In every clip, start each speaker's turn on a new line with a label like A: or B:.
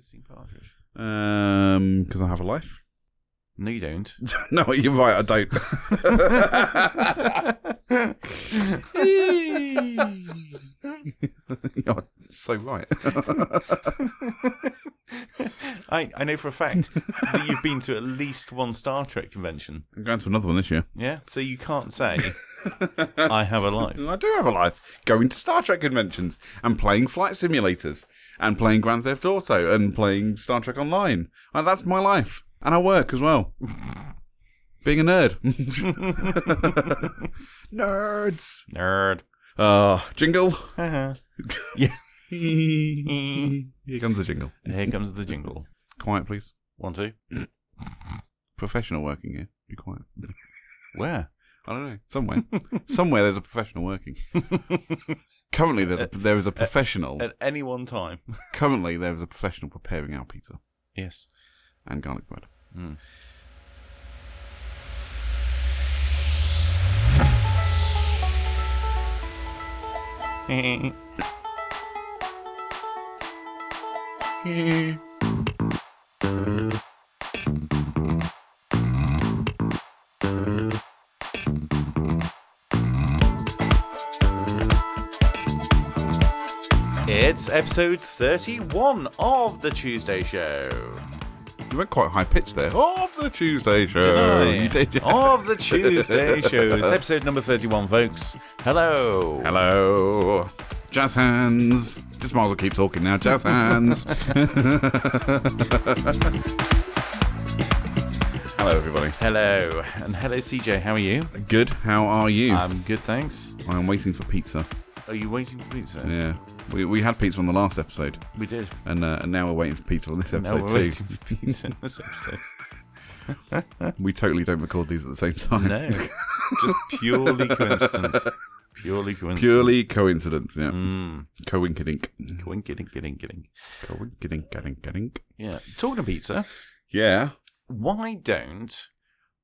A: seen Partridge?
B: Um, because I have a life.
A: No, you don't.
B: no, you're right. I don't. You're so right.
A: I, I know for a fact that you've been to at least one Star Trek convention.
B: I'm going to another one this year.
A: Yeah, so you can't say I have a life.
B: I do have a life. Going to Star Trek conventions and playing flight simulators and playing Grand Theft Auto and playing Star Trek Online. And that's my life. And I work as well. Being a nerd. Nerds.
A: Nerd.
B: Uh, jingle.
A: Haha.
B: Here Mm. comes the jingle.
A: and here comes the jingle.
B: Quiet, please.
A: One, two.
B: Professional working here. Be quiet.
A: Where?
B: I don't know. Somewhere. Somewhere there's a professional working. Currently, there's a, there is a professional.
A: At any one time.
B: Currently, there is a professional preparing our pizza
A: Yes.
B: and garlic bread.
A: It's episode 31 of The Tuesday Show.
B: You went quite high pitched there. Of the Tuesday show.
A: Aye.
B: You did. yeah.
A: Of The Tuesday Show. It's episode number 31, folks. Hello.
B: Hello. Jazz hands. Just might as well keep talking now. Jazz hands. Hello, everybody.
A: Hello. And hello, CJ. How are you?
B: Good. How are you?
A: I'm Um, good, thanks.
B: I'm waiting for pizza.
A: Are you waiting for pizza?
B: Yeah. We, we had pizza on the last episode,
A: We did.
B: and, uh, and now we're waiting for pizza on this
A: Now
B: episode,
A: we're
B: too.
A: waiting for pizza in this episode.
B: We totally don't record these at the same time.
A: No. Just purely coincidence. Purely coincidence.
B: Purely coincidence, yeah.
A: Mm.
B: Coinkidink.
A: Coinkidink, dink, dink.
B: Coinkidink, dink, dink.
A: Yeah. Talking of pizza,
B: Yeah.
A: why don't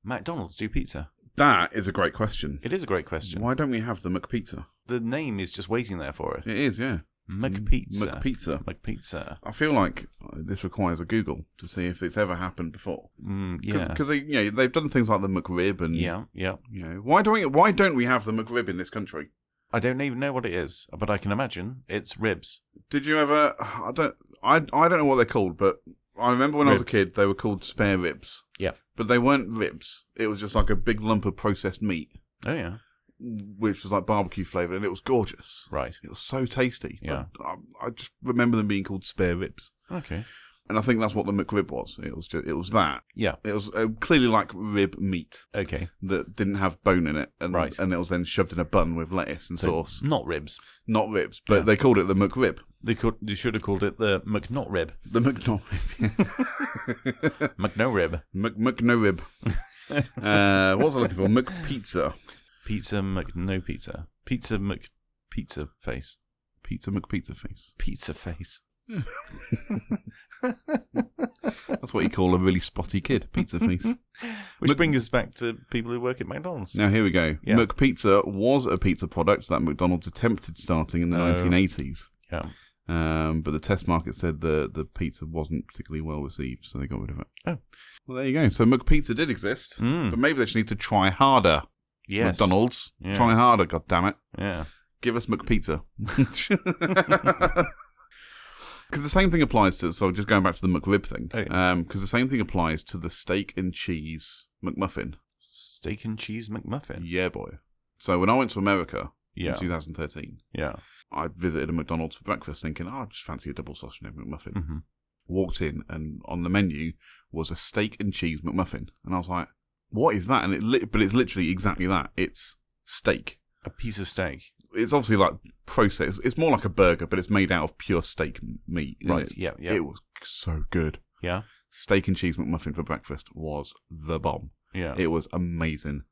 A: McDonald's do pizza?
B: That is a great question.
A: It is a great question.
B: Why don't we have the McPizza?
A: The name is just waiting there for it.
B: It is, yeah.
A: McPizza.
B: McPizza.
A: McPizza.
B: I feel like this requires a Google to see if it's ever happened before.
A: Mm, yeah.
B: Because they, you know, they've done things like the McRib and
A: Yeah, yeah.
B: you know why don't we why don't we have the McRib in this country?
A: I don't even know what it is, but I can imagine it's ribs.
B: Did you ever? I don't. I I don't know what they're called, but I remember when I was a
A: Ribs.
B: kid, they were called spare ribs.
A: Yeah.
B: But they weren't ribs. It was just like a big lump of processed meat,
A: Oh, yeah.
B: which was like barbecue flavored, and it was gorgeous.
A: Right.
B: It was so tasty.
A: Yeah.
B: But I, I just remember them being called spare ribs,
A: Okay. ju-
B: and I think that's what the McRib was. It was just, it was that.
A: Yeah.
B: It was uh, clearly like rib meat
A: Okay.
B: that didn't have bone in it, and
A: Right.
B: and it was then shoved in a bun with lettuce and sauce.
A: Not ribs.
B: Not ribs, but
A: Yeah.
B: they called it the McRib.
A: They could. They should have called it the McNot rib.
B: The McNorib.
A: McNo rib.
B: Mc McNorib. uh, what was I looking for? McPizza.
A: Pizza McNo pizza. Pizza Mc. Pizza face.
B: Pizza McPizza face.
A: Pizza face.
B: That's what you call a really spotty kid. Pizza face.
A: Which
B: Mc-
A: brings us back to people who work at McDonald's.
B: now here we go.
A: Yeah.
B: McPizza was a pizza product that McDonald's attempted starting in the
A: Oh.
B: 1980s.
A: Yeah.
B: Um, but the test market said the the pizza wasn't particularly well received, so they got rid of it.
A: Oh.
B: Well, there you go. So McPizza did exist,
A: Mm.
B: but maybe they just need to try harder.
A: Yes.
B: McDonald's,
A: Yeah.
B: try harder. God damn it.
A: Yeah.
B: give us McPizza. Because the same thing applies to, so just going back to the McRib thing,
A: Oh,
B: because the same thing applies to the steak and cheese McMuffin.
A: Steak and cheese McMuffin.
B: Yeah, boy. So when I went to America
A: Yeah.
B: in 2013,
A: Yeah.
B: I visited a McDonald's for breakfast thinking, oh, I just fancy a double sausage and egg McMuffin.
A: hmm
B: Walked in, and on the menu was a steak and cheese McMuffin. And I was like, what is that? And it li- But it's literally exactly that. It's steak.
A: A piece of steak.
B: it's obviously like processed. It's more like a burger, but it's made out of pure steak m- meat. isn't
A: Right.
B: It?
A: Yeah. Yeah.
B: It was so good.
A: yeah.
B: Steak and cheese McMuffin for breakfast was the bomb.
A: Yeah.
B: It was amazing,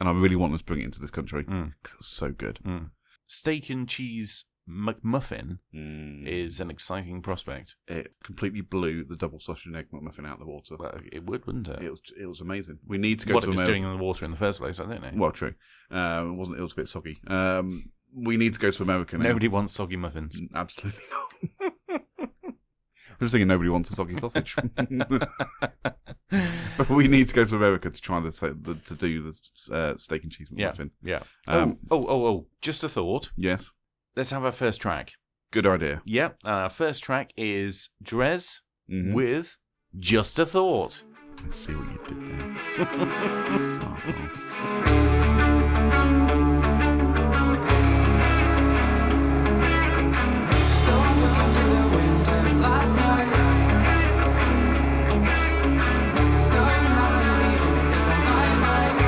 B: and I really want to bring it into this country because
A: Mm.
B: it was so good.
A: Mm. Steak and cheese McMuffin
B: It,
A: is an exciting prospect.
B: it completely blew the double sausage and egg McMuffin out of the water.
A: Well, it would, wouldn't it?
B: It was it was amazing. We need to go
A: what
B: to
A: it was
B: America.
A: doing in the water in the first place, I don't know.
B: Well, true. Uh, it wasn't. It was a bit soggy. Um, we need to go to America now.
A: Nobody wants soggy muffins.
B: Absolutely not. I'm just thinking nobody wants a soggy sausage. but we need to go to America to try the, the to do the uh, steak and cheese
A: Yeah.
B: muffin.
A: Yeah.
B: Um,
A: oh, oh, oh, oh. Just a thought.
B: Yes,
A: Let's have our first track.
B: good idea.
A: Yep. And our first track is Drez
B: Mhm.
A: with Just a Thought.
B: Let's see what you did there. Smart ass.
C: Someone looking through the window last night. Somehow you're the only thing on my mind.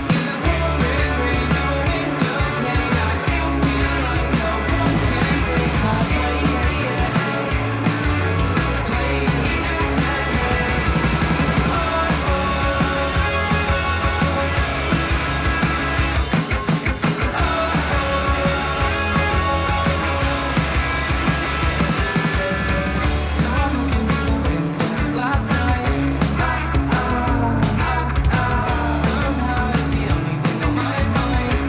C: In the pouring rain through a window pane, I still feel like no one can take my place. Someone looking through the window last night. Somehow you're the only thing on my mind.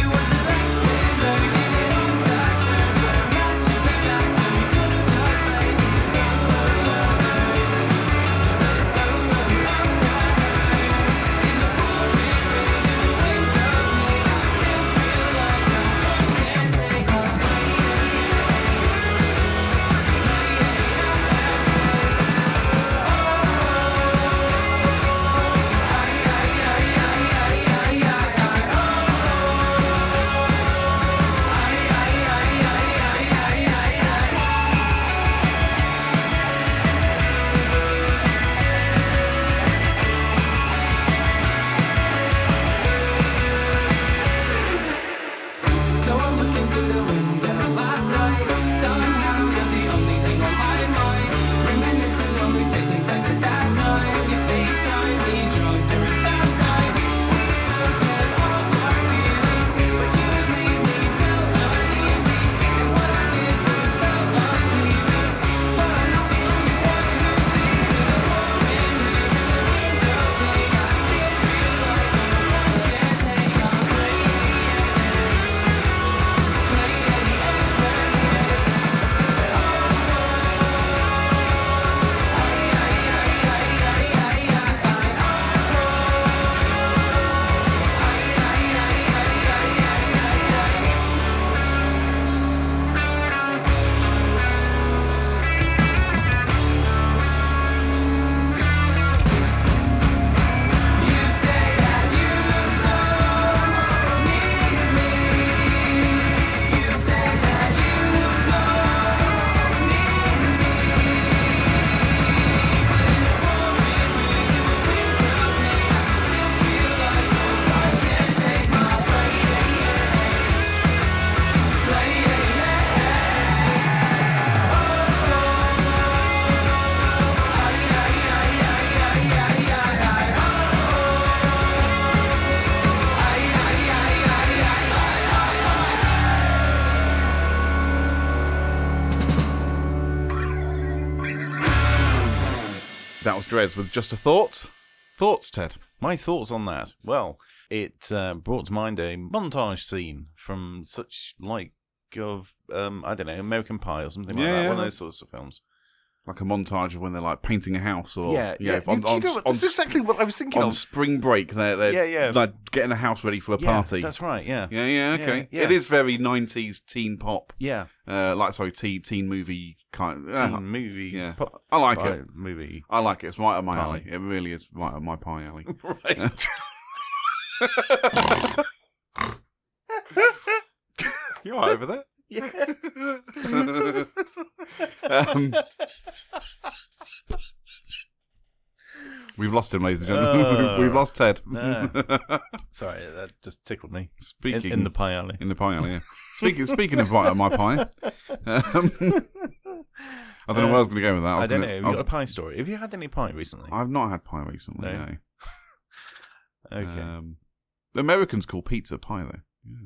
C: It was a lesson learned in all bad turns where matches and matches we could have just let it go. Just let it go. In the pouring rain through the window pane, I still feel like no one can take my place. So I'm looking through the window last night. Somehow you're the only thing on my mind. Reminiscing on me, taking back to that time. You FaceTime me drunk during that time. We both had all our feelings, but you leave me so uneasy. And what I did was so unhealing. But I'm not the only one who sees it. The woman in the window pane, I still feel like no one can take our place. You say that you don't need me. You say that you don't need me. Still feel like no one can take my place.
B: That was Dreads with just a thought. Thoughts, Ted.
A: My thoughts on that? Well, it uh, brought to mind a montage scene from such like of um, I don't know American Pie or something like
B: Yeah,
A: that,
B: yeah.
A: one of those sorts of films.
B: Like a montage of when they're like painting a house or
A: yeah, yeah.
B: on,
A: Do you
B: on-
A: know what?
B: on
A: That's exactly what I was thinking
B: on
A: of.
B: spring break they're, they're
A: Yeah, yeah.
B: like getting a house ready for a
A: Yeah,
B: party.
A: That's right. Yeah, yeah,
B: yeah, yeah, okay.
A: yeah.
B: It is very nineties teen pop.
A: yeah.
B: Uh, like sorry, teen teen movie kind of
A: Teen movie.
B: Uh-huh. yeah.
A: pop-
B: I like
A: pie
B: it.
A: Movie.
B: I like it. It's right up my
A: Pie.
B: alley. It really is right up my pie alley.
A: Right.
B: You're right over there.
A: yeah.
B: um, we've lost him, ladies and gentlemen.
A: Uh,
B: we've lost Ted.
A: no. Sorry, that just tickled me. In,
B: Speaking
A: in the pie alley.
B: In the pie alley, yeah. Speaking speaking of right up my pie, um, I don't know where I was going to go with that.
A: Uh, I
B: was
A: don't know.
B: gonna-
A: Have you
B: I
A: got a
B: was- Uh,
A: pie story? Have you had any pie recently?
B: I've not had pie recently.
A: No?
B: No.
A: okay.
B: Um, the Americans call pizza pie though. Yeah,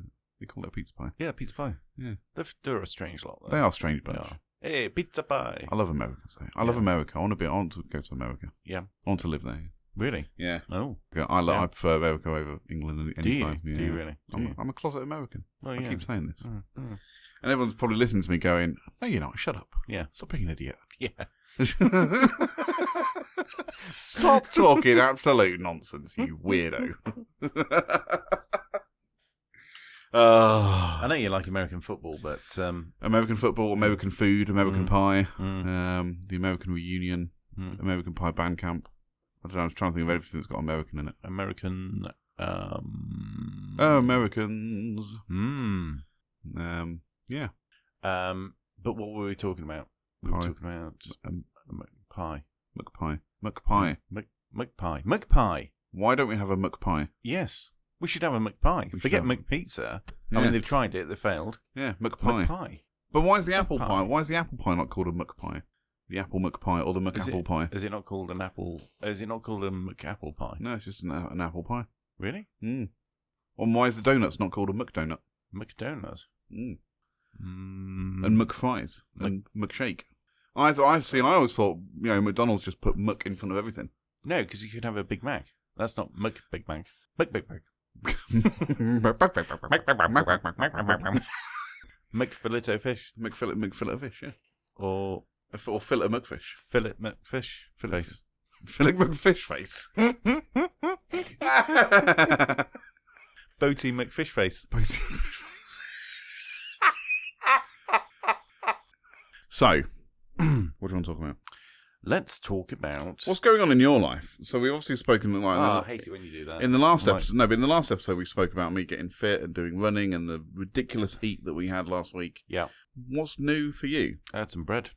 B: they call it pizza pie.
A: yeah, pizza pie.
B: yeah.
A: They're, they're a strange lot. Though.
B: They are strange bunch.
A: Yeah. Hey, pizza pie.
B: I love Americans though. I love
A: Yeah.
B: America. I want to be. I want to go to America.
A: Yeah.
B: I want to live there.
A: Really?
B: Yeah.
A: Oh.
B: I, lo-
A: Yeah.
B: I prefer America over England any
A: Do you?
B: time. Yeah.
A: Do you really? Do
B: I'm,
A: you?
B: a, I'm a closet American.
A: Oh,
B: I
A: yeah.
B: keep saying this.
A: Mm, mm.
B: And everyone's probably listening to me going, No, you're not. Shut up.
A: Yeah.
B: Stop being an idiot.
A: Yeah.
B: Stop talking absolute nonsense, you weirdo.
A: I
B: Ah.
A: know you like American football, but um,
B: American football, American food, American
A: Mm.
B: pie,
A: mm,
B: um, the American reunion,
A: Mm.
B: American pie band camp. I don't know. I was trying to think of everything that's got American in it.
A: American. Um,
B: Oh, Americans.
A: mm.
B: Um, yeah.
A: Um, but what were we talking about? We were
B: Pie.
A: talking about
B: Um,
A: um, pie.
B: McPie. McPie.
A: Mc, McPie. McPie.
B: Why don't we have a McPie?
A: Yes. We should have a McPie.
B: We should
A: Forget
B: have a-
A: McPizza.
B: Yeah,
A: I mean, they've tried it, they failed.
B: yeah McPie.
A: McPie.
B: But why is the apple
A: McPie.
B: pie. Why is the apple pie not called a McPie? The apple McPie or the
A: Is
B: McApple
A: it-
B: pie?
A: Is it not called an apple? Is it not called a McApple pie?
B: No, it's just an, an apple pie.
A: Really?
B: Mm. And why is the donuts not called a McDonut?
A: McDonald's.
B: Mm.
A: Mm.
B: And McFries and McShake. I th- I've seen. I always thought you know McDonald's just put Mc in front of everything.
A: no, because you could have a Big Mac. That's not Mc Big Mac. Mc Big Mac.
B: McFillet
A: McFilito fish
B: McFillet fish, yeah,
A: or
B: or fillet of McFish.
A: fillet McFish
B: Fillet.
A: face.
B: Fillet McFish face. Boaty
A: Boaty McFish face.
B: McFish face. so, what do you want to talk about?
A: Let's talk about.
B: What's going on in your life? So we've obviously spoken like
A: oh, I hate it when you do that.
B: in the last
A: Right.
B: episode. No, but in the last episode we spoke about me getting fit and doing running and the ridiculous heat that we had last week.
A: Yeah.
B: What's new for you?
A: I had some bread.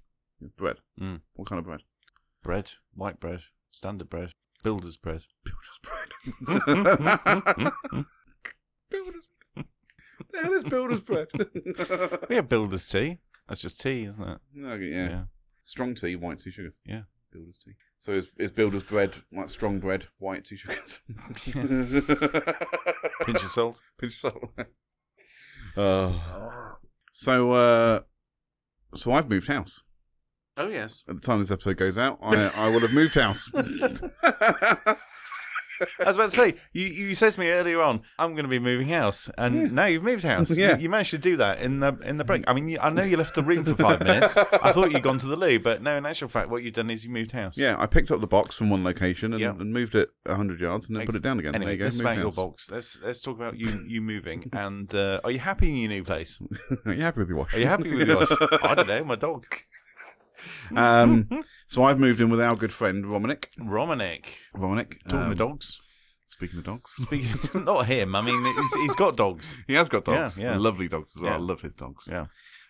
B: Bread.
A: Mm.
B: What kind of bread?
A: Bread. White bread. Standard bread. Builder's bread.
B: Builder's bread. builder's. The hell is builder's bread?
A: We have builder's tea. That's just tea, isn't it?
B: okay, yeah. Strong tea, white tea sugars.
A: Yeah.
B: Builder's tea. So is, is builder's bread like strong bread, white tea sugars?
A: Pinch of salt.
B: Pinch salt. Uh, so, uh, so I've moved house.
A: Oh, yes.
B: At the time this episode goes out, I, I will have moved house.
A: I was about to say, you, you said to me earlier on, I'm going to be moving house, and now you've moved house. You-
B: Yeah.
A: You, managed to do that in the in the break. I mean, you, I know you left the room for five minutes. I thought you'd gone to the loo, but no, in actual fact, what you've done is you moved house.
B: yeah, I picked up the box from one location and,
A: Yeah.
B: and moved it hundred yards and then put it down again.
A: Anyway,
B: there you go.
A: let's
B: moved
A: about your
B: house.
A: box. Let's let's talk about you you moving. And uh, are you happy in your new place?
B: Are you happy with your wash?
A: Are you happy with your? I don't know. My dog,
B: um, so I've moved in with our good friend Romanic.
A: Romanic.
B: Romanic.
A: Talking
B: um,
A: to dogs.
B: Speaking of dogs.
A: Speaking of, not him. I mean, he's, he's got dogs.
B: He has got dogs.
A: Yeah, yeah.
B: Lovely dogs as well.
A: Yeah.
B: I love his dogs.
A: Yeah.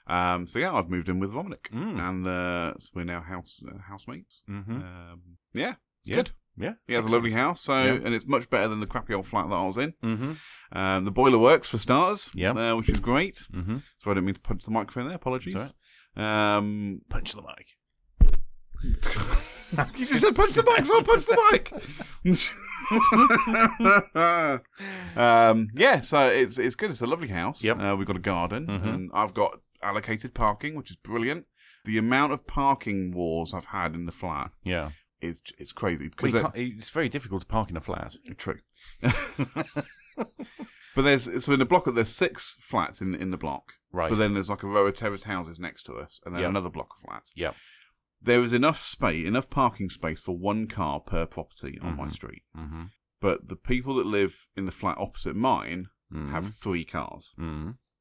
B: Um, so yeah, I've moved in with Romanic,
A: Mm.
B: and uh, so we're now house uh, housemates.
A: Mm-hmm.
B: Um, yeah,
A: Yeah.
B: good.
A: Yeah,
B: He has a lovely house, so
A: Yeah.
B: and it's much better than the crappy old flat that I was in.
A: Mm-hmm.
B: Um, the boiler works for starters,
A: Yeah.
B: uh, which is great.
A: Mm-hmm.
B: So I didn't mean to punch the microphone there. Apologies.
A: It's
B: Um,
A: Punch the mic.
B: you just said punch the mic, so I punch the mic. um, yeah, so it's it's good. It's a lovely house.
A: Yep.
B: Uh, we've got a garden,
A: Mhm.
B: and I've got allocated parking, which is brilliant. The amount of parking wars I've had in the flat
A: Yeah.
B: is it's crazy
A: Well,
B: because
A: you
B: they're-
A: can't- it's very difficult to park in a flat.
B: True. but there's so in the block there's six flats in in the block.
A: Right.
B: But then there's like a row of terraced houses next to us, and then
A: Yep.
B: another block of flats.
A: Yep.
B: There is enough space, enough parking space for one car per property on my
A: Mhm.
B: street.
A: mm-hmm.
B: But the people that live in the flat opposite mine
A: Mm-hmm.
B: have three cars,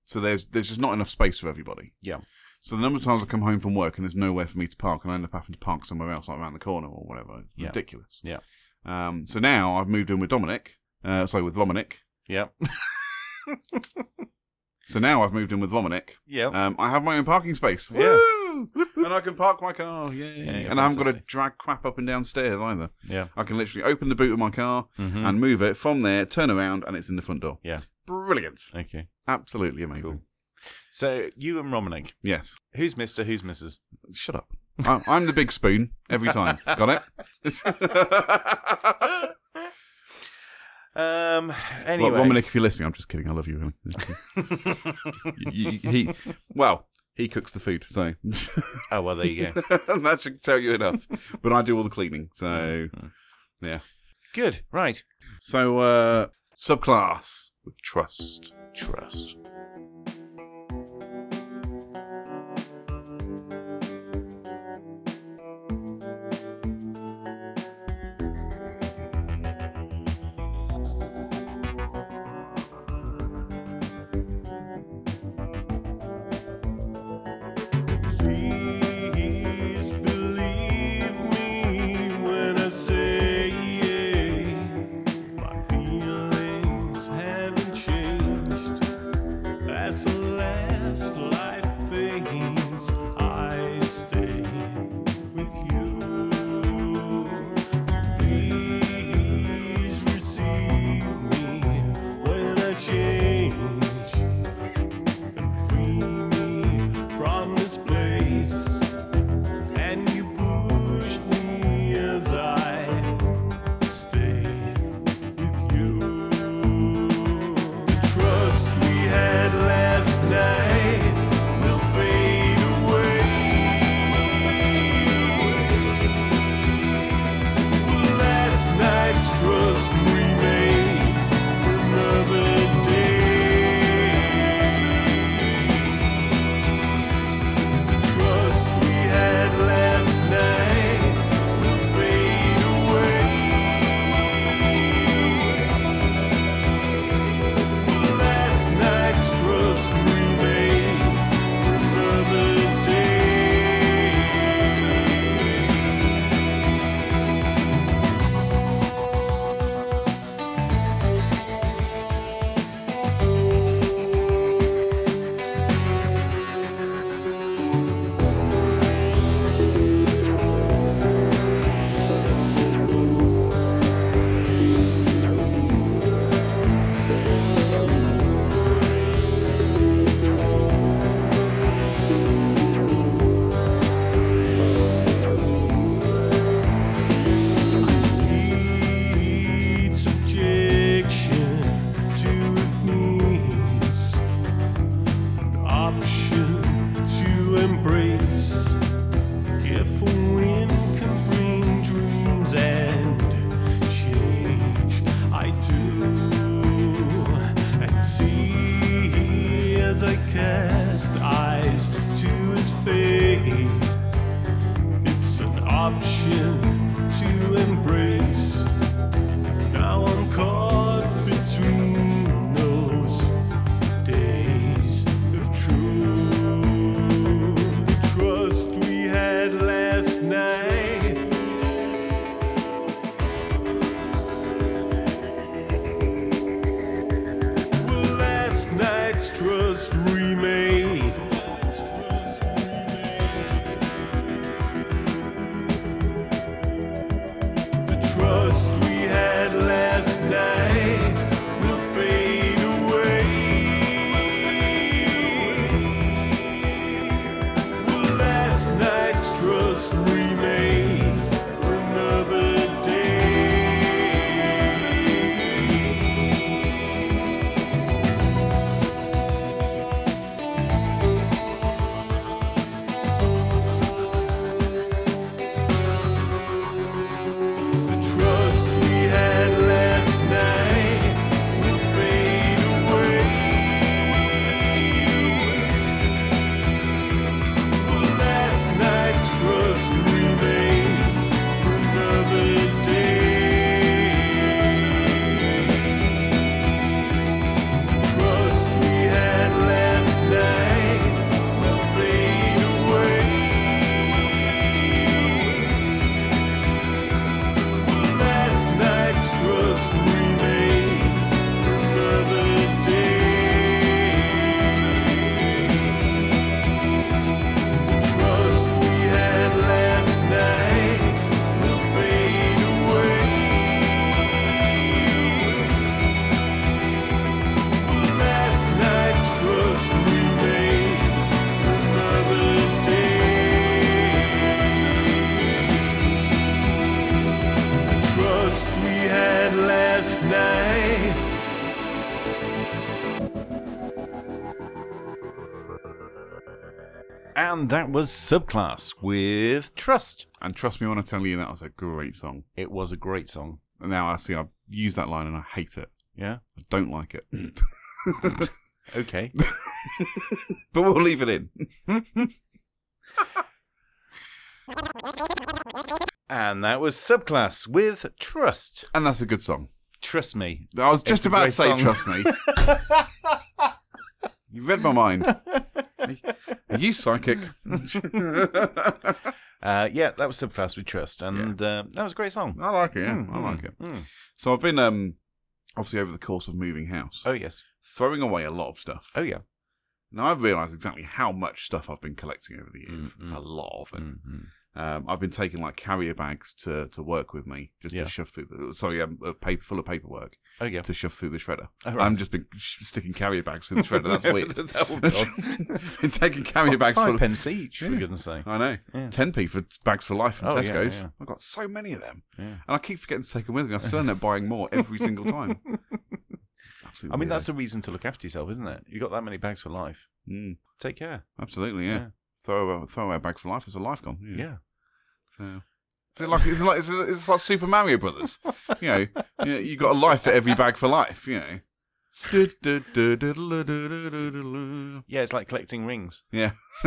B: so there's there's just not enough space for everybody.
A: Yeah.
B: So the number of times I come home from work and there's nowhere for me to park, and I end up having to park somewhere else, like around the corner or whatever. It's
A: Yeah.
B: ridiculous.
A: Yeah.
B: Um, so now I've moved in with Dominic. Uh, sorry, with Romanic.
A: Yeah.
B: So now I've moved in with Romanic.
A: Yeah.
B: Um, I have my own parking space.
A: Yeah.
B: Woo! and I can park my car. Yay!
A: yeah,
B: and I haven't got to
A: fantastic.
B: drag crap up and down stairs either.
A: yeah.
B: I can literally open the boot of my car
A: Mhm.
B: and move it from there, turn around, and it's in the front door.
A: Yeah.
B: Brilliant.
A: okay.
B: Absolutely amazing.
A: Cool. So you and Romanek,
B: Yes.
A: who's Mister? Who's Mrs.?
B: Shut up. I'm, I'm the big spoon every time. Got it?
A: Um. Anyway,
B: Well, Dominic, if you're listening, I'm just kidding. I love you, really. You- you- he, well, he cooks the food, so
A: oh well, there you go.
B: that should tell you enough. But I do all the cleaning, so
A: Good. Right.
B: so uh, subclass with trust.
A: Trust.
D: embrace. If a wind can bring dreams and change, I do. And see as I cast eyes to his face. It's an option to embrace. Now I'm caught between those days of true trust we had last night. Well, last night's trust remains. The trust we had last night will fade away. Will last night's trust remain for another day? The trust we had last night will fade away. Last night's trust remained for another day. The trust we had last night will fade away. Last night's trust remained for another day. The trust we had last night will fade away. Last night's trust remained for another day. The trust we had last night.
A: And that was Subclass with Trust.
B: And trust me when I tell you that was a great song.
A: It was a great song.
B: And now I see I've used that line and I hate it.
A: Yeah.
B: I don't like it.
A: Okay.
B: but we'll leave it in.
A: and that was Subclass with Trust.
B: And that's a good song.
A: Trust me.
B: I was just
A: a
B: about to
A: great
B: say,
A: song.
B: trust me. you read my mind. Are you psychic?
A: Uh, yeah, that was Subclass with Trust. And uh, that was a great song.
B: I like it, yeah.
A: Mm,
B: I like
A: mm,
B: it.
A: mm.
B: So I've been um obviously over the course of moving house,
A: Oh, yes.
B: throwing away a lot of stuff.
A: Oh, yeah.
B: Now I've realised exactly how much stuff I've been collecting over the years.
A: Mm, mm.
B: A lot of it.
A: Mhm.
B: Um, I've been taking like carrier bags to, to work with me, just
A: Yeah.
B: to shove through. The, sorry, um, a paper full of paperwork
A: Oh, yeah.
B: to shove through the shredder.
A: Oh, right.
B: I'm just been sh- sticking carrier bags through the shredder. That's weird.
A: That would be odd.
B: been taking carrier bags full
A: Five
B: of
A: pence each, for
B: Yeah.
A: goodness sake.
B: I know.
A: Yeah.
B: 10p for bags for life from
A: Oh, yeah,
B: Tesco's.
A: yeah.
B: I've got so many of them.
A: Yeah.
B: And I keep forgetting to take them with me. I still end up buying more every single time. Absolutely.
A: I mean, that's a reason to look after yourself, isn't it? You've got that many bags for life.
B: Mm,
A: Take care.
B: absolutely, yeah.
A: Yeah.
B: Throw, away, throw away a bag for life. It's a life gone.
A: Yeah.
B: So. Is it like it's like it's, it's like Super Mario Brothers, you know. You you got a life for every bag for life, you know. Du-du-du-du-du-du-du-du-du.
A: Yeah, it's like collecting rings.
B: Yeah,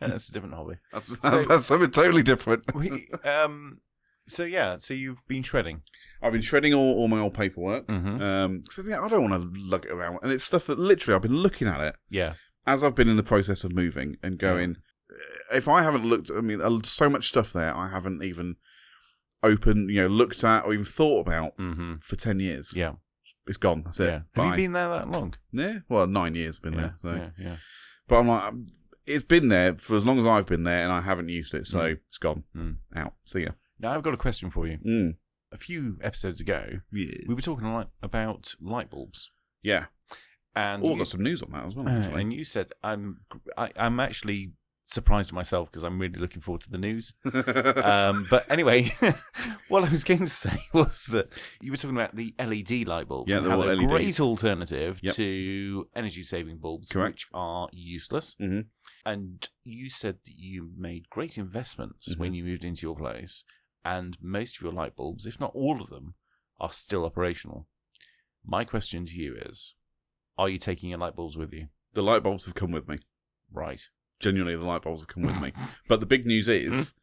A: That's a different hobby.
B: that's, that's, that's something totally different.
A: We, um, so, yeah, so you've been shredding.
B: I've been shredding all, all my old paperwork.
A: Mm-hmm.
B: Um, cause I, think I don't want to lug it around, and it's stuff that literally I've been looking at it
A: Yeah.
B: as I've been in the process of moving and going. eh, If I haven't looked, I mean, uh, so much stuff there I haven't even opened, you know, looked at or even thought about
A: Mm-hmm.
B: for ten years.
A: Yeah.
B: It's gone. That's it.
A: yeah. Have you
B: Bye.
A: been there that long?
B: Yeah. Well, nine years been there. So,
A: yeah, yeah, yeah.
B: but I'm like, um, it's been there for as long as I've been there, and I haven't used it, so
A: Mm.
B: it's gone
A: Mm.
B: out. See ya.
A: Now, I've got a question for you.
B: Mm.
A: A few episodes ago,
B: Yeah.
A: we were talking li- about light bulbs.
B: Yeah.
A: And
B: Oh,
A: you-
B: got some news on that as well.
A: Uh,
B: Actually.
A: and you said I'm I, I'm actually surprised at myself because I'm really looking forward to the news. um, but anyway, what I was going to say was that you were talking about the LED light bulbs.
B: Yeah,
A: and
B: they're
A: how
B: all
A: they're E a
B: LEDs.
A: great alternative
B: Yep.
A: to energy saving bulbs,
B: Correct.
A: which are useless.
B: Mhm.
A: And you said that you made great investments when you moved into your place, and most of your light bulbs, if not all of them, are still operational. My question to you is Are you taking your light bulbs with you?
B: The light bulbs have come with me.
A: Right.
B: Genuinely, the light bulbs have come with me. But the big news is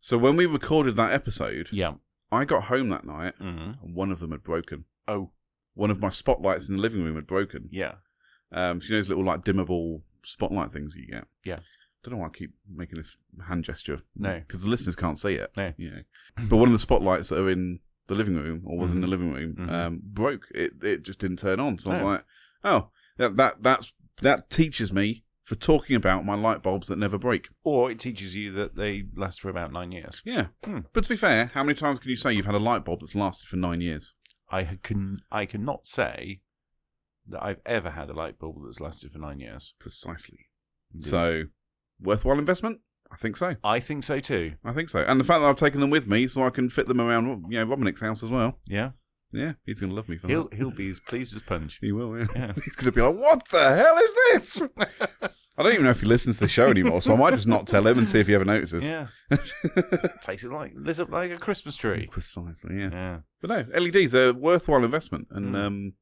B: so when we recorded that episode,
A: Mm. Yeah.
B: I got home that night
A: hmm
B: and one of them had broken.
A: Oh,
B: One of my spotlights in the living room had broken.
A: yeah.
B: Um, so you know those little like dimmable spotlight things you get.
A: Yeah.
B: Don't know why I keep making this hand gesture.
A: No.
B: because the listeners can't see it.
A: No.
B: Yeah. But one of the spotlights that are in the living room or was in the living room
A: Mhm.
B: um, broke. It it just didn't turn on. So I'm
A: No.
B: like, oh, that, that that's that teaches me for talking about my light bulbs that never break.
A: Or it teaches you that they last for about nine years.
B: Yeah.
A: Hmm.
B: But to be fair, how many times can you say you've had a light bulb that's lasted for nine years?
A: I ha- can I cannot say that I've ever had a light bulb that's lasted for nine years.
B: Precisely.
A: Indeed.
B: So, worthwhile investment? I think so.
A: I think so too.
B: I think so. And the fact that I've taken them with me so I can fit them around, you know, Robinick's house as well.
A: Yeah,
B: Yeah, he's going to love me for
A: he'll
B: that.
A: he'll be as pleased as punch.
B: He will, yeah.
A: Yeah.
B: He's going to be like, what the hell is this? I don't even know if he listens to the show anymore, so I might just not tell him and see if he ever notices.
A: Yeah, place is like lit up like a Christmas tree.
B: Precisely, yeah.
A: Yeah,
B: But no, LEDs, they're a worthwhile investment. And
A: Mm.
B: um,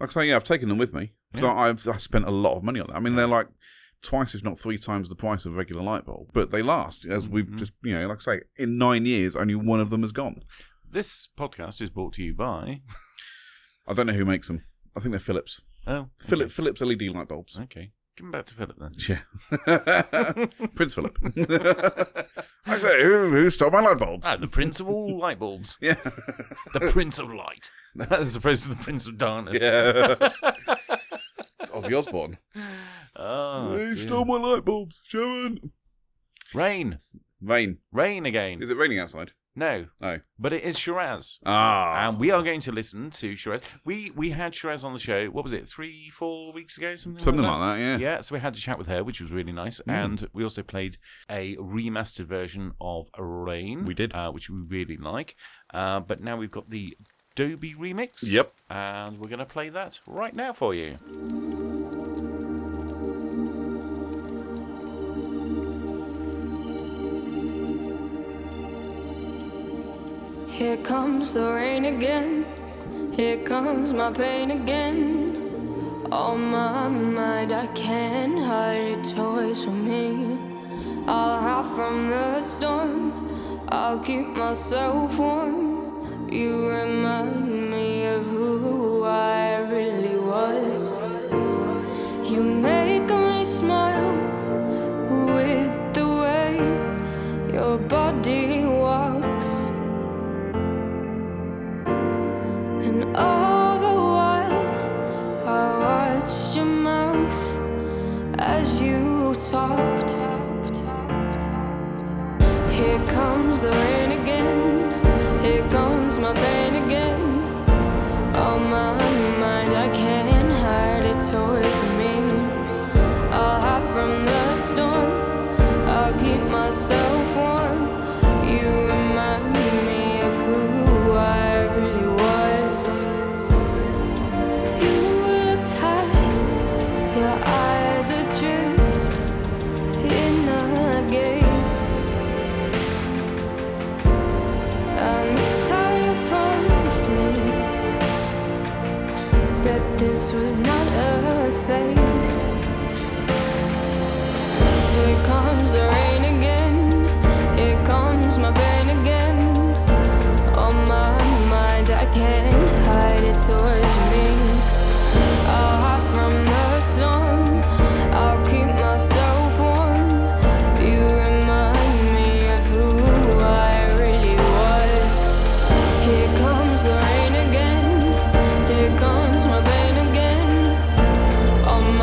B: like I say, yeah, I've taken them with me. So
A: Yeah.
B: I've I spent a lot of money on them. I mean, they're like twice, if not three times, the price of a regular light bulb. But they last, as we've
A: Mhm.
B: just, you know, like I say, in nine years, only one of them has gone.
A: this podcast is brought to you by
B: I don't know who makes them. I think they're Philips.
A: oh okay.
B: Philip Philips LED E light bulbs.
A: Okay, come back to Philip then.
B: Yeah. Prince Philip. I say, who, who stole my light bulbs?
A: Ah, the Prince of all light bulbs,
B: Yeah.
A: the Prince of Light, as opposed to the Prince of Darkness.
B: yeah. it's Ozzy Osbourne.
A: Oh,
B: Who
A: dear.
B: stole my light bulbs, Sharon.
A: rain,
B: Rain.
A: rain again.
B: Is it raining outside?
A: No,
B: No.
A: but it is Shiraz.
B: Ah.
A: And we are going to listen to Shiraz. We we had Shiraz on the show. What was it? Three, four weeks ago, something.
B: Something
A: like
B: like
A: that.
B: that, yeah.
A: Yeah, Mm. so we had a chat with her, which was really nice, and we also played a remastered version of Rain.
B: We did.
A: uh, which we really like. Uh, but now we've got the Dobie remix.
B: Yep.
A: and we're going to play that right now for you.
E: Here comes the rain again. Here comes my pain again. All my mind, I can't hide it always from me. I'll hide from the storm. I'll keep myself warm. You remind me of who I really was. You make me smile with the way your body walks. And all the while, I watched your mouth as you talked. Here comes the rain again. Here comes my pain again. Oh, my mind, I can't hide it towards me. I'll hide from the storm. I'll keep myself warm. You remind me of who I really was. You looked tired, your eyes adrift in a gaze. And this how you promised me that this was not a phase. Here comes the rain again. Here comes my pain again. On my mind, I can't hide it towards me. I'll hide from the storm. I'll keep myself warm. You remind me of who I really was. Here comes the rain again. Here comes my pain again. On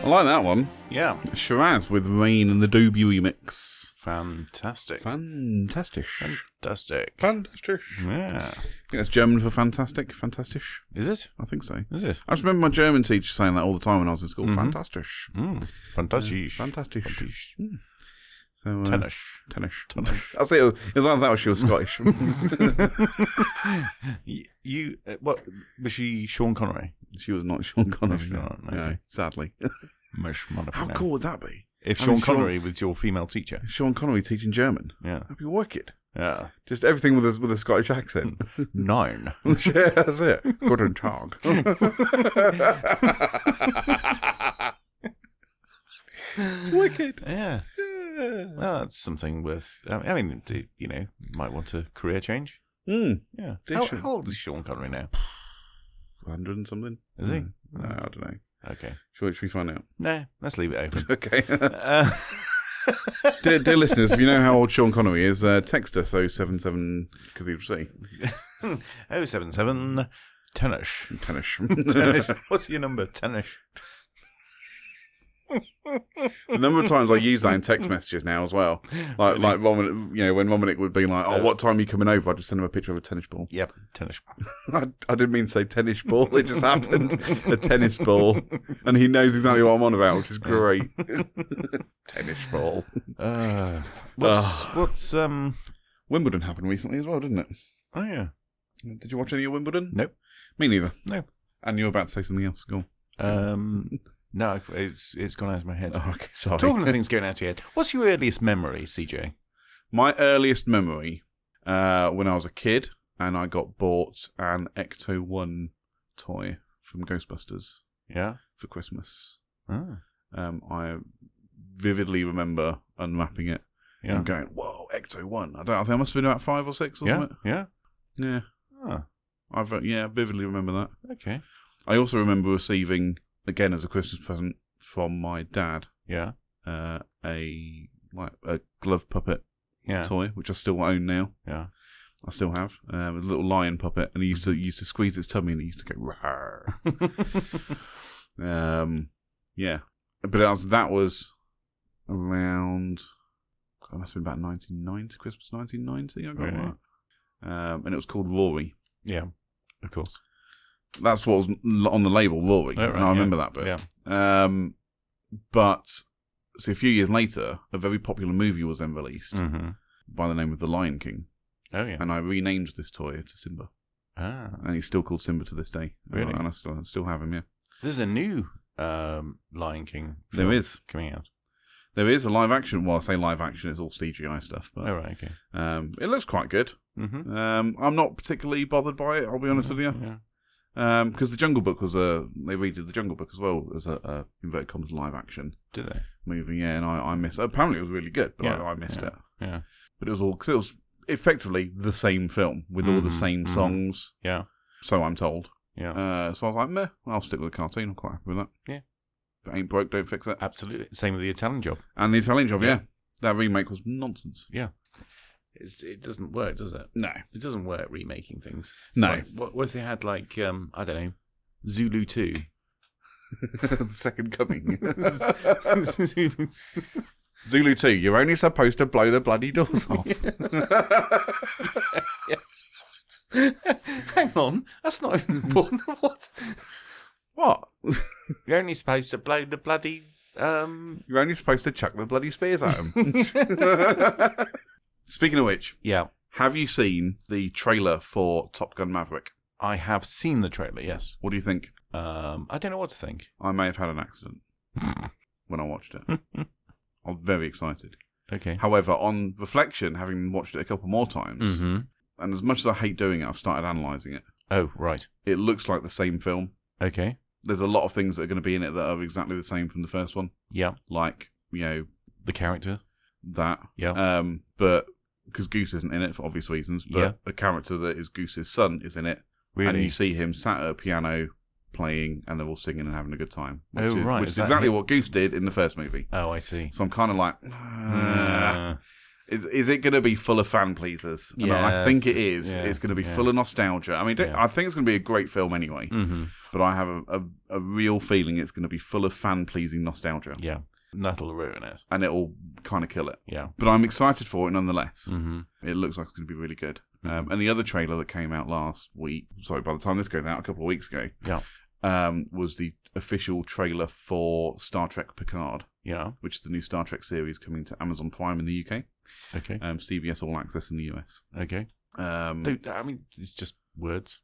B: I like that one.
A: Yeah.
B: Shiraz with Rain and the Doobie remix.
A: Fantastic.
B: Fantastic.
A: Fantastic.
B: Fantastic.
A: Yeah.
B: I think that's German for fantastic. Fantastic.
A: Is it?
B: I think so.
A: Is it?
B: I just remember my German teacher saying that all the time when I was in school. Fantastic.
A: Mm. Mm-hmm. Fantastic.
B: Fantastic. Mm. So, uh,
A: Tennis.
B: Tennis. I say it was, it was either that or she was Scottish.
A: Y- You, uh, what, was she Sean Connery?
B: she was not Sean Connery.
A: She's not,
B: no,
A: okay.
B: sadly.
A: Most
B: How
A: wonderful
B: cool
A: name.
B: would that be?
A: If
B: I
A: Sean
B: mean,
A: Connery was your female teacher.
B: Sean Connery teaching German.
A: Yeah.
B: That'd be wicked.
A: Yeah.
B: Just everything with a, with a Scottish accent.
A: Nine.
B: yeah, that's it. Guten Tag. wicked.
A: Yeah. Well, that's something worth. I mean, I mean, d- you know, you might want a career change.
B: Mm,
A: Yeah.
B: They
A: How,
B: should.
A: how old is Sean Connery now?
B: 100 and something. Hmm.
A: Is he?
B: No, I don't know.
A: Okay.
B: Sure, should we find out?
A: No, let's leave it open.
B: Okay.
A: Uh,
B: dear, dear listeners, if you know how old Sean Connery is, uh, text us 077 Cathedral C.
A: 077 Tennish.
B: Tennis.
A: Tennish. What's your number? Tennish.
B: the number of times I use that in text messages now as well. Like like Roman, you know, when Romanic would be like, "Oh, what time are you coming over?" I just send him a picture of a tennis ball.
A: Yep, Tennish.
B: I, I didn't mean to say tennis ball. It just happened. a tennis ball, and he knows exactly what I'm on about, which is great. tennis ball.
A: Uh, what's,
B: Ugh.
A: what's, um,
B: Wimbledon happened recently as well, didn't it?
A: oh yeah.
B: Did you watch any of Wimbledon?
A: Nope.
B: Me neither.
A: No.
B: And you were about to say something else. Go. on.
A: Um, no, it's it's gone out of my head.
B: Oh, okay, sorry.
A: Talking of things going out of your head, what's your earliest memory, CJ?
B: My earliest memory, uh, when I was a kid, and I got bought an Ecto One toy from Ghostbusters
A: Yeah.
B: for Christmas.
A: Ah,
B: Um, I vividly remember unwrapping it
A: yeah.
B: and going, "Whoa, Ecto One!" I don't. I think I must have been about five or six or
A: Yeah.
B: something.
A: Yeah.
B: Yeah,
A: Ah,
B: I've uh, yeah, I vividly remember that.
A: okay.
B: I also remember receiving again as a Christmas present from my dad
A: Yeah.
B: uh, a like a glove puppet
A: Yeah.
B: toy, which I still own now.
A: Yeah. Mm-hmm.
B: I still have um, a little lion puppet, and he used to he used to squeeze its tummy, and he used to go. "Rawr." um, yeah, but that was, that was around. God, It must have been about 1990, Christmas 1990. I got
A: Really?
B: that, um, and it was called Rory.
A: Yeah. Of course.
B: That's what was l- on the label, Rory.
A: Oh, right,
B: and I remember
A: yeah.
B: that bit. Um, but so a few years later, a very popular movie was then released
A: Yeah. hmm
B: by the name of The Lion King,
A: Oh yeah.
B: and I renamed this toy to Simba.
A: Ah,
B: and he's still called Simba to this day.
A: Really?
B: And I still, I still have him, yeah.
A: there's a new um, Lion King.
B: There
A: film
B: is.
A: coming out.
B: There is a live action, well, I say live action, it's all CGI stuff, but
A: Oh right. Okay.
B: um, it looks quite good.
A: Mm-hmm.
B: Um, I'm not particularly bothered by it, I'll be honest with you.
A: Yeah.
B: Because The Jungle Book was a, they redid The Jungle Book as well as a, a inverted commas live action
A: Do they?
B: movie, yeah, and I, I missed Apparently it was really good, but
A: Yeah,
B: I, I missed it.
A: Yeah.
B: But it was all, because it was effectively the same film with all the
A: Mhm,
B: same
A: mhm.
B: songs,
A: Yeah.
B: so I'm told.
A: Yeah.
B: Uh, so I was like, meh, I'll stick with the cartoon, I'm quite happy with that.
A: Yeah.
B: If it ain't broke, don't fix it.
A: Absolutely. Same with the Italian job.
B: And the Italian job, yeah.
A: Yeah.
B: That remake was nonsense.
A: Yeah. It's, it doesn't work, does it?
B: No.
A: It doesn't work remaking things.
B: No.
A: Like, what, what if they had like um, I don't know, Zulu two?
B: the second coming.
A: yeah,
B: Zulu 2, you're only supposed to blow the bloody doors off.
A: hang on, that's not even important. what?
B: what?
A: You're only supposed to play the bloody. Um,
B: You're only supposed to chuck the bloody spears at them. Speaking of which,
A: yeah,
B: have you seen the trailer for Top Gun Maverick?
A: I have seen the trailer. Yes.
B: What do you think?
A: Um, I don't know what to think.
B: I may have had an accident when I watched it. I'm very excited.
A: Okay.
B: However, on reflection, having watched it a couple more times,
A: Mm-hmm.
B: and as much as I hate doing it, I've started analysing it.
A: Oh right.
B: It looks like the same film.
A: Okay.
B: There's a lot of things that are going to be in it that are exactly the same from the first one,
A: Yeah.
B: like you know
A: The character.
B: that.
A: Yeah.
B: Um, but because Goose isn't in it for obvious reasons, but
A: Yeah.
B: the character that is Goose's son is in it, and you see him sat at a piano playing, and they're all singing and having a good time. Which
A: Oh,
B: is,
A: right,
B: Which
A: is
B: is
A: that
B: exactly
A: him?
B: what Goose did in the first movie.
A: oh, I see.
B: So I'm kind of like,
A: Uh,
B: Is, is it going to be full of fan pleasers? And I
A: Yeah,
B: think it
A: it's-
B: is.
A: yeah,
B: it's going to be
A: yeah.
B: full of nostalgia. I mean, don't-
A: Yeah.
B: I think it's going to be a great film anyway.
A: Mm-hmm.
B: But I have a, a, a real feeling it's going to be full of fan pleasing nostalgia,
A: Yeah, and that'll ruin it.
B: and it'll kind of kill it.
A: Yeah.
B: But I'm excited for it nonetheless.
A: Mm-hmm.
B: It looks like it's going to be really good. Um, and the other trailer that came out last week, sorry, by the time this goes out, a couple of weeks ago,
A: Yeah.
B: um, was the official trailer for Star Trek Picard,
A: Yeah.
B: which is the new Star Trek series coming to Amazon Prime in the UK,
A: Okay.
B: um, CBS All Access in the US.
A: Okay.
B: Um,
A: Don't, I mean, it's just words.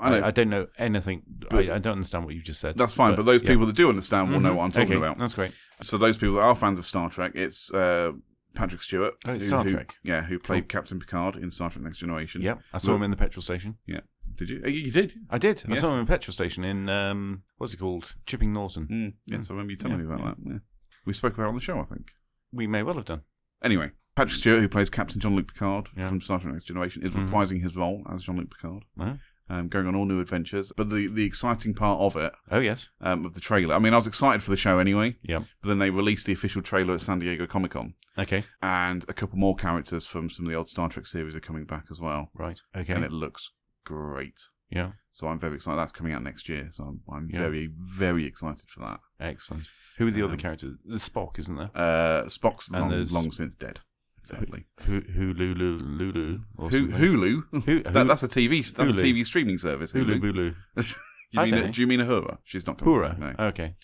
B: I know
A: I, don't know anything.
B: But-
A: I, I don't understand what you just said.
B: that's fine, but, those
A: yeah.
B: people that do understand will know
A: Mhm.
B: what I'm talking
A: Okay,
B: about.
A: That's great.
B: So those people that are fans of Star Trek, it's uh, Patrick Stewart,
A: Oh, it's
B: who-
A: Star
B: who-
A: Trek.
B: yeah, who played
A: Cool.
B: Captain Picard in Star Trek: Next Generation.
A: Yep. I saw him in the petrol station.
B: Yeah, did you? Oh, You you did.
A: I did. I
B: Yes.
A: saw him in a petrol station in um, what's it called? Chipping Norton.
B: Mm, yes, I remember you telling
A: Yeah,
B: me about that. Yeah. We spoke about it on the show, I think.
A: We may well have done.
B: Anyway, Patrick Stewart, who plays Captain John Luke Picard
A: Yeah.
B: from Star Trek: Next Generation, is
A: Mhm.
B: reprising his role as Jean Luc Picard,
A: Uh-huh.
B: um, going on all new adventures. But the the exciting part of it,
A: Oh yes.
B: um, of the trailer, I mean, I was excited for the show anyway.
A: Yep.
B: But then they released the official trailer at San Diego Comic Con,
A: Okay.
B: and a couple more characters from some of the old Star Trek series are coming back as well,
A: Right. Okay.
B: and it looks great.
A: yeah.
B: So I'm very excited. That's coming out next year. So I'm, I'm
A: Yeah.
B: very, very excited for that.
A: Excellent. Who are the other
B: Um,
A: characters? There's Spock, isn't there?
B: Uh, Spock's
A: And
B: long,
A: there's-
B: long since dead. Sadly.
A: Who who Lulu Lulu or
B: Who,
A: something.
B: Hulu.
A: Who-
B: That- that's a TV. That's
A: Hulu.
B: a TV streaming service.
A: Hulu
B: Hulu.
A: Bulu
B: Do,
A: I
B: you mean,
A: don't
B: a-
A: know.
B: do you mean Ahura? She's not coming.
A: Hura?
B: Back,
A: Okay.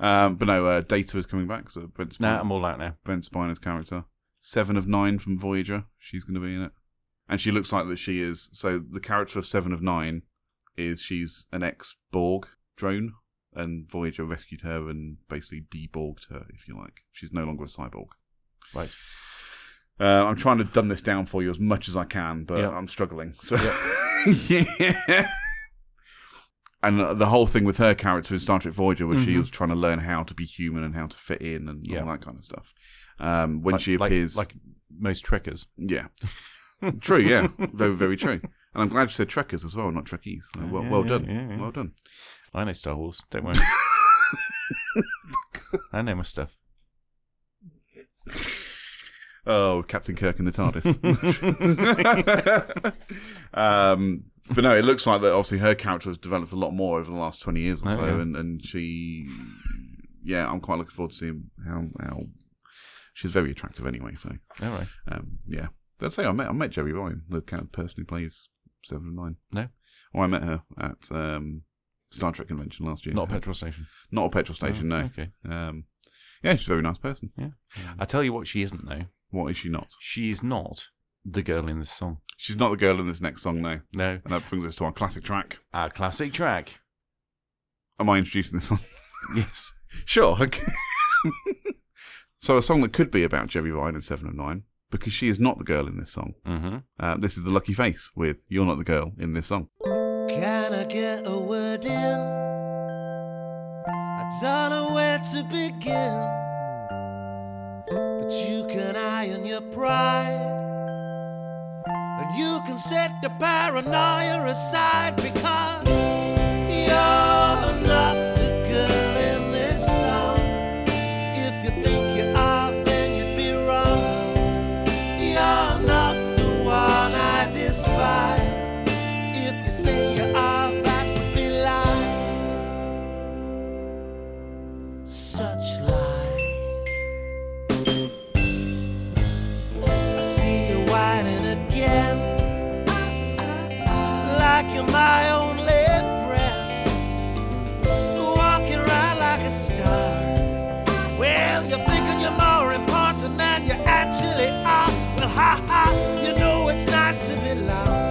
B: no. Um, but no, uh, Data is coming back. So Brent, Spiner,
A: Now I'm all out now.
B: Brent Spiner's character, Seven of Nine from Voyager. She's going to be in it, and she looks like that she is. So the character of Seven of Nine is she's an ex Borg drone, and Voyager rescued her and basically deborged her, if you like. She's no longer a cyborg.
A: Right.
B: Uh, I'm trying to dumb this down for you as much as I can, but
A: Yeah.
B: I'm struggling. So, yeah. And uh, the whole thing with her character in Star Trek Voyager, where she
A: Mhm.
B: was trying to learn how to be human and how to fit in and
A: Yeah.
B: all that kind of stuff. Um, when
A: Like-
B: she
A: like-
B: appears,
A: like, most trekkers.
B: yeah, true, yeah, very, very true. And I'm glad you said Trekkers as well, not Trekkies. Uh, well,
A: yeah,
B: well
A: yeah,
B: done,
A: yeah, yeah.
B: well done.
A: I know Star Wars. Don't worry. I know my stuff.
B: Oh, Captain Kirk and the TARDIS. um, but no, it looks like that. Obviously, her character has developed a lot more over the last twenty years or
A: Oh,
B: so,
A: yeah.
B: and and she, yeah, I'm quite looking forward to seeing how how she's very attractive anyway. So,
A: All right.
B: um, yeah, that's how I met I met Jerry Ryan, the kind of person who plays Seven and Nine.
A: No.
B: or I met her at um, Star Trek convention last year.
A: Not a petrol station.
B: not a petrol station.
A: Oh,
B: no.
A: Okay.
B: Um, yeah, she's a very nice person.
A: I tell you what, she isn't though.
B: What is she not?
A: She is not the girl in this song.
B: She's not the girl in this next song, no.
A: No,
B: And that brings us to our classic track.
A: our classic track.
B: Am I introducing this one?
A: Yes.
B: sure. Okay. so, a song that could be about Jerry Ryan and Seven of Nine, because she is not the girl in this song.
A: Mm-hmm.
B: Uh, this is The Lucky Face with You're Not the Girl in this song.
F: Can I get a word in? I don't know where to begin. But you can iron your pride. And you can set the paranoia aside because you're not the girl in this song. If you think you are, then you'd be wrong. You're not the one I despise. If you say you are, that would be lies. Such lies. I see you whining again. Like you're my only friend. Walking around like a star. Well, you're thinking you're more important than you actually are. Well, ha ha, you know it's nice to belong.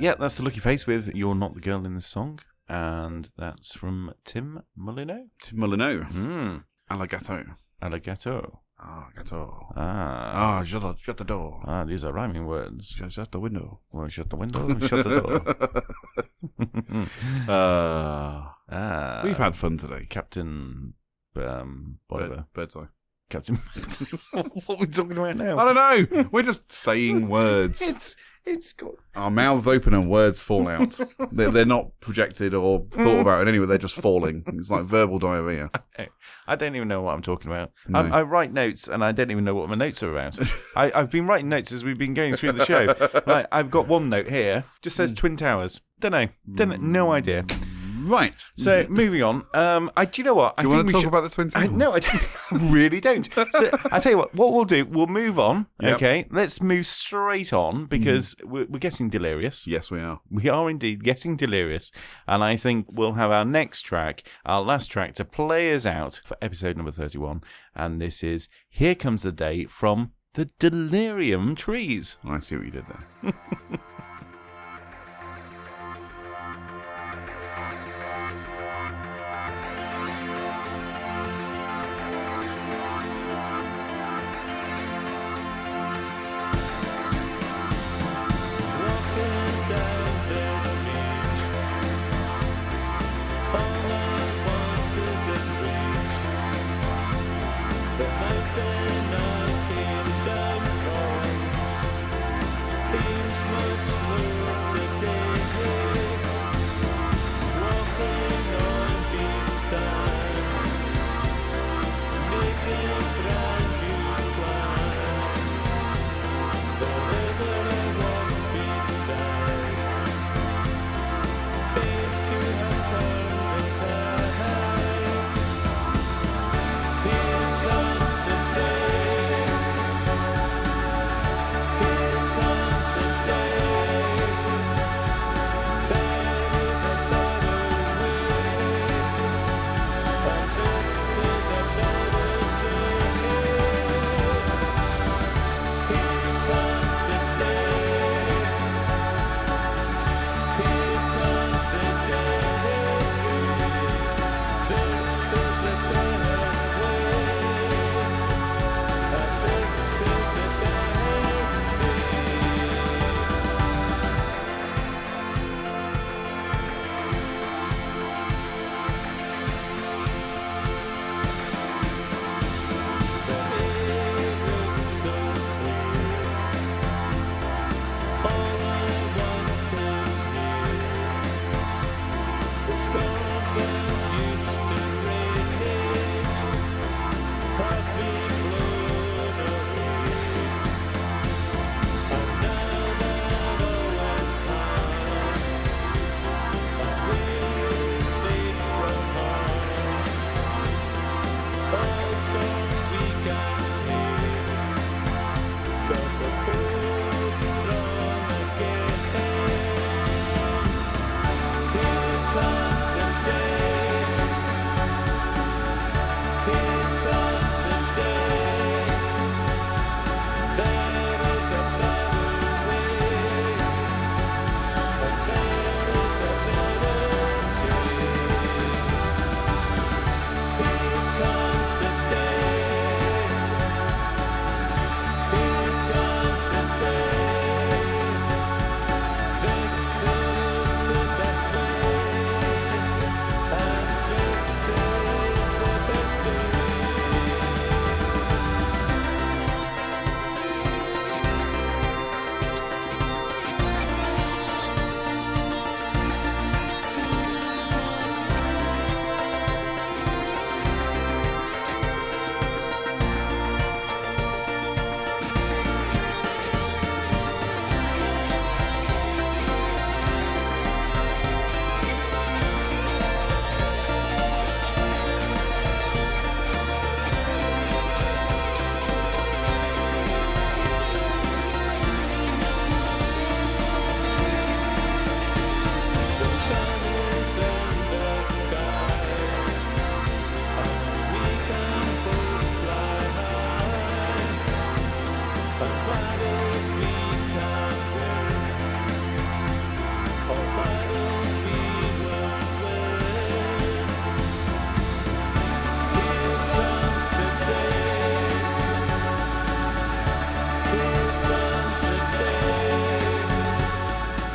A: yeah, that's the look your face with You're Not the Girl in This Song. And that's from Tim Molyneux.
B: Tim Molyneux.
A: Mm.
B: Alligator.
A: Alligator.
B: Ah, gato.
A: Ah.
B: Ah, shut the, shut the door.
A: Ah, these are rhyming words.
B: Shut, shut the window.
A: Well, shut the window, shut the door.
B: uh,
A: Ah.
B: we've had fun today.
A: Captain. Um,
B: Bird,
A: whatever.
B: bird's eye.
A: Captain. what are we talking about now?
B: I don't know. We're just saying words.
A: It's, it's got.
B: Our mouths open and words fall out. they're, they're not projected or thought about in any way. They're just falling. It's like verbal diarrhea.
A: I don't even know what I'm talking about.
B: No.
A: I, I write notes and I don't even know what my notes are about. I, I've been writing notes as we've been going through the show. like, I've got one note here, just
B: Hmm.
A: says Twin Towers. Don't know. Don't know. No idea.
B: Right.
A: So moving on. Um, I do you know what? I
B: Hmm. Do you want
A: we
B: to talk
A: should-
B: about the Twin
A: I,
B: Towers?
A: no, I don't- really don't. So I tell you what, what we'll do, we'll move on.
B: Yep. Hmm.
A: Okay, let's move straight on because we're, we're getting delirious.
B: Yes, we are.
A: We are indeed getting delirious, and I think we'll have our next track, our last track to play us out for episode number 31. And this is Here Comes the Day from the Delirium Trees.
B: I see what you did there.
G: Seems much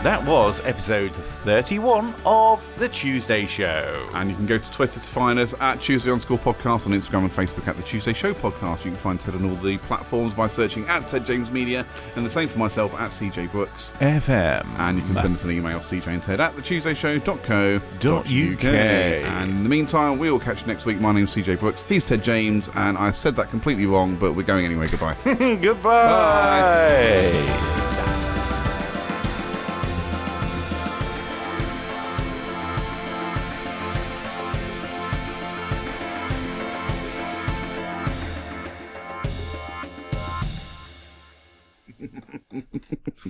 A: That was episode 31 of The Tuesday Show.
B: And you can go to Twitter to find us at Tuesday on School Podcast, on Instagram and Facebook at The Tuesday Show Podcast. You can find Ted on all the platforms by searching at Ted James Media, and the same for myself at CJ Brooks.
A: FM.
B: And you can send us an email, CJ and Ted at thetuesdayshow.co.uk.
A: UK.
B: And in the meantime, we will catch you next week. My name's CJ Brooks. He's Ted James, and I said that completely wrong, but we're going anyway. Goodbye.
A: Goodbye.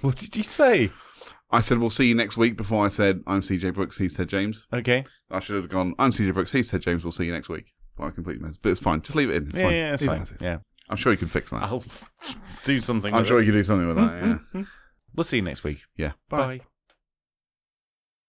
A: what did you say?
B: I said we'll see you next week before I said I'm CJ Brooks, he's Ted James.
A: Okay.
B: I should have gone, I'm CJ Brooks, he's Ted James, we'll see you next week. Well, I completely missed, but it's fine. Just leave it in. It's
A: Yeah,
B: fine.
A: yeah, it's
B: Leave it
A: fine.
B: as is.
A: Yeah.
B: I'm sure you can fix that.
A: I'll do something.
B: I'm
A: with
B: sure
A: it.
B: you can do something with that. Yeah.
A: We'll see you next week.
B: yeah.
A: Bye.